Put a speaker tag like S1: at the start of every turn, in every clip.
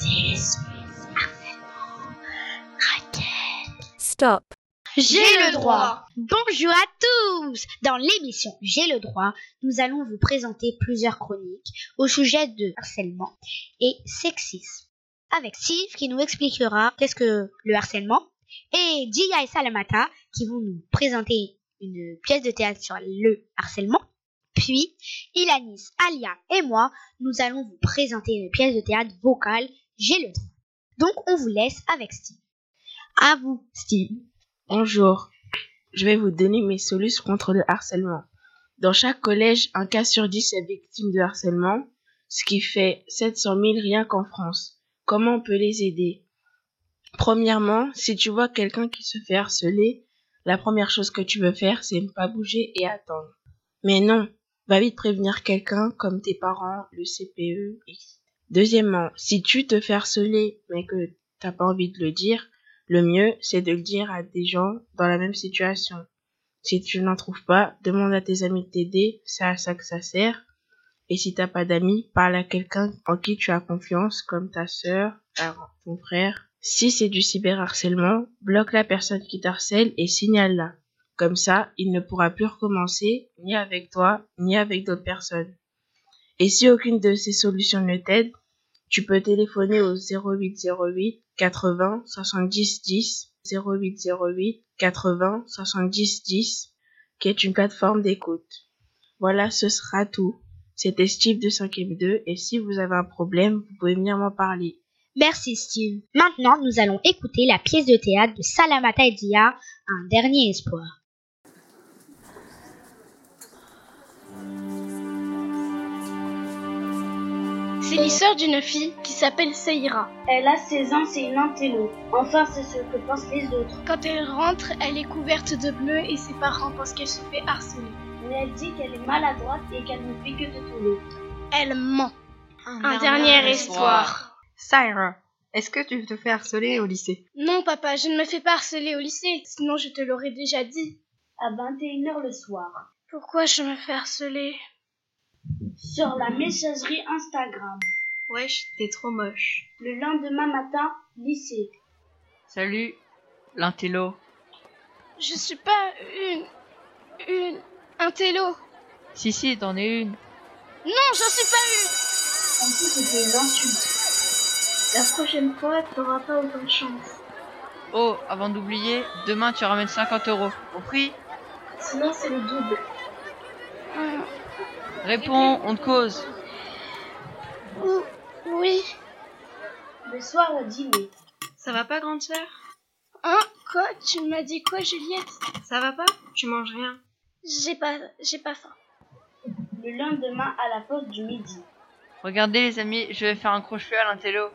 S1: Sexisme. harcèlement, raquette.
S2: Stop.
S1: J'ai le droit. Bonjour à tous. Dans l'émission J'ai le droit, nous allons vous présenter plusieurs chroniques au sujet de harcèlement et sexisme. Avec Sylve qui nous expliquera qu'est-ce que le harcèlement et Dia et Salamata qui vont nous présenter une pièce de théâtre sur le harcèlement. Puis, Ilanis, Alia et moi, nous allons vous présenter une pièce de théâtre vocale J'ai le droit. Donc, on vous laisse avec Steve. À vous, Steve.
S3: Bonjour. Je vais vous donner mes solutions contre le harcèlement. Dans chaque collège, un cas sur dix est victime de harcèlement, ce qui fait 700 000 rien qu'en France. Comment on peut les aider Premièrement, si tu vois quelqu'un qui se fait harceler, la première chose que tu veux faire, c'est ne pas bouger et attendre. Mais non, va vite prévenir quelqu'un comme tes parents, le CPE, etc. Deuxièmement, si tu te fais harceler mais que t'as pas envie de le dire, le mieux, c'est de le dire à des gens dans la même situation. Si tu n'en trouves pas, demande à tes amis de t'aider, c'est à ça que ça sert. Et si t'as pas d'amis, parle à quelqu'un en qui tu as confiance, comme ta sœur, ta- ton frère. Si c'est du cyberharcèlement, bloque la personne qui t'harcèle et signale-la. Comme ça, il ne pourra plus recommencer, ni avec toi, ni avec d'autres personnes. Et si aucune de ces solutions ne t'aide, tu peux téléphoner au 0808 80 70 10 0808 80 70 10 qui est une plateforme d'écoute. Voilà, ce sera tout. C'était Steve de 5ème 2 et si vous avez un problème, vous pouvez venir m'en parler.
S1: Merci Steve. Maintenant, nous allons écouter la pièce de théâtre de Salamata et Dia, Un dernier espoir.
S4: C'est l'histoire d'une fille qui s'appelle Seira.
S5: Elle a 16 ans, c'est une antelope. Enfin, c'est ce que pensent les autres.
S4: Quand elle rentre, elle est couverte de bleu et ses parents pensent qu'elle se fait harceler.
S5: Mais elle dit qu'elle est maladroite et qu'elle ne fait que de tourner.
S4: Elle ment. Un, dernier, espoir.
S6: Sarah, est-ce que tu te fais harceler au lycée
S4: Non, papa, je ne me fais pas harceler au lycée, sinon je te l'aurais déjà dit.
S5: À 21h le soir.
S4: Pourquoi je me fais harceler
S5: Sur la messagerie Instagram.
S6: Wesh, t'es trop moche.
S5: Le lendemain matin, lycée.
S7: Salut, l'intello.
S4: Je suis pas une. une. un télo.
S7: Si, si, t'en es une.
S4: Non, j'en suis pas une
S5: En plus, c'était une insulte.
S4: La prochaine fois, t'auras pas autant de chance.
S7: Oh, avant d'oublier, demain tu ramènes 50 euros. Compris
S4: Sinon, c'est le double.
S7: Réponds, on te cause.
S4: oui.
S5: Le soir au dîner.
S6: Ça va pas, grande sœur
S4: Hein Quoi Tu m'as dit quoi, Juliette
S6: Ça va pas Tu manges rien
S4: J'ai pas. j'ai pas faim.
S5: Le lendemain à la pause du midi.
S7: Regardez les amis, je vais faire un crochet à l'intello.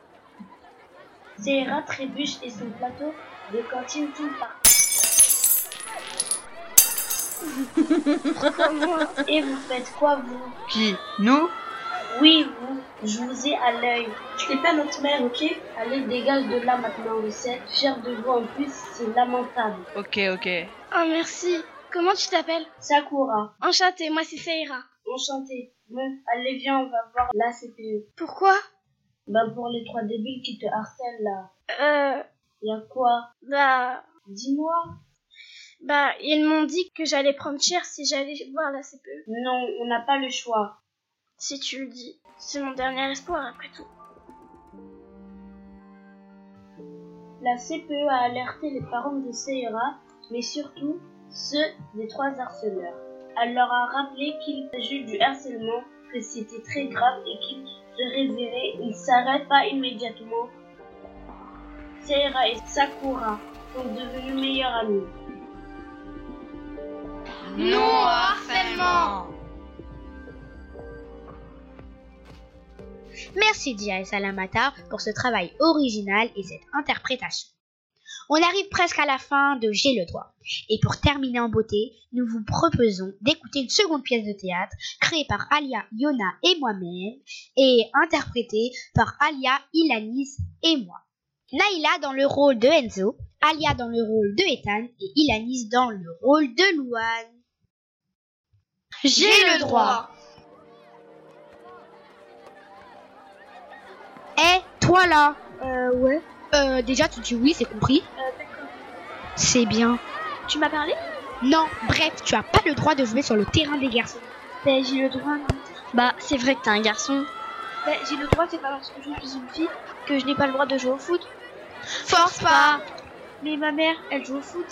S5: Sarah trébuche et son plateau de cantine tombe par
S4: Oh,
S5: terre. Et vous faites quoi, vous
S7: Qui Nous
S5: Oui, vous, je vous ai à l'œil. Tu fais pas notre mère, ok Allez, dégage de là maintenant, le sait. Cher de vous en plus, c'est lamentable.
S7: Ok, ok.
S4: Oh merci. Comment tu t'appelles
S5: Sakura,
S4: Enchantée, moi c'est Seira.
S5: enchanté. Bon, allez, viens, on va voir la CPE.
S4: Pourquoi
S5: Bah, pour les trois débiles qui te harcèlent là.
S4: Euh.
S5: Y'a quoi
S4: Bah.
S5: Dis-moi.
S4: Bah, ils m'ont dit que j'allais prendre cher si j'allais voir la CPE.
S5: Non, on n'a pas le choix.
S4: Si tu le dis. C'est mon dernier espoir après tout.
S5: La CPE a alerté les parents de Seira, mais surtout ceux des trois harceleurs. Elle leur a rappelé qu'il s'agit du harcèlement, que c'était très grave et qu'il serait viré, il ne s'arrête pas immédiatement. Seira et Sakura sont devenues meilleures amies.
S4: Non au harcèlement
S1: Merci Dia et Salamata pour ce travail original et cette interprétation. On arrive presque à la fin de J'ai le droit. Et pour terminer en beauté, nous vous proposons d'écouter une seconde pièce de théâtre créée par Alia, Yona et moi-même et interprétée par Alia, Ilanis et moi. Naïla dans le rôle de Enzo, Alia dans le rôle de Ethan et Ilanis dans le rôle de Louane.
S4: J'ai le droit
S1: Eh, Toi là,
S8: Euh, ouais.
S1: euh, déjà tu dis oui, c'est compris.
S8: Euh, d'accord.
S1: C'est bien.
S8: Tu m'as parlé
S1: Non, bref, tu as pas le droit de jouer sur le terrain des garçons.
S8: Ben, j'ai le droit, non
S4: Bah, c'est vrai que t'es un garçon.
S8: Ben, j'ai le droit, c'est pas parce que je suis une fille que je n'ai pas le droit de jouer au foot.
S4: Force pas
S8: Mais ma mère, elle joue au foot.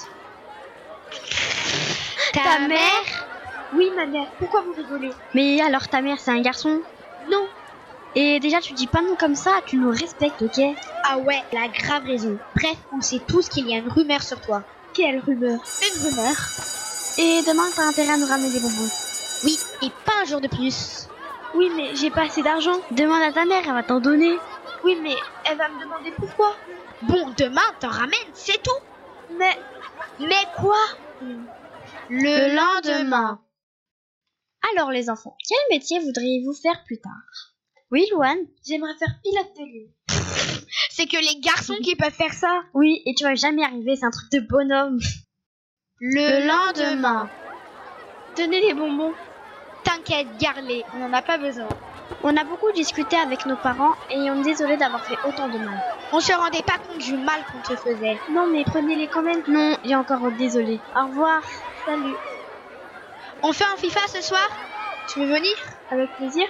S1: Ta,
S4: mère
S8: Oui, ma mère, pourquoi vous rigolez
S4: Mais alors ta mère, c'est un garçon
S8: Non.
S4: Et déjà, tu dis pas non comme ça, tu nous respectes, ok
S1: Ah ouais, la grave raison. Bref, on sait tous qu'il y a une rumeur sur toi.
S8: Quelle rumeur
S1: Une rumeur
S4: Et demain, t'as intérêt à nous ramener des bonbons.
S1: Oui, et pas un jour de plus.
S8: Oui, mais j'ai pas assez d'argent.
S4: Demande à ta mère, elle va t'en donner.
S8: Oui, mais elle va me demander pourquoi.
S1: Bon, demain, t'en ramènes, c'est tout.
S8: Mais
S1: Mais quoi Le lendemain.
S4: Alors les enfants, quel métier voudriez-vous faire plus tard Oui, Louane
S8: j'aimerais faire pilote de ligne.
S1: C'est que les garçons qui peuvent faire ça.
S4: Oui, et tu vas jamais y arriver, c'est un truc de bonhomme.
S1: Le lendemain.
S8: Donnez les bonbons.
S1: T'inquiète, garde-les, on n'en a pas besoin.
S4: On a beaucoup discuté avec nos parents et on est désolé d'avoir fait autant de mal.
S1: On se rendait pas compte du mal qu'on te faisait.
S4: Non, mais prenez-les quand même. Non, et encore désolé. Au revoir.
S1: On fait un FIFA ce soir Tu veux venir
S8: Avec plaisir.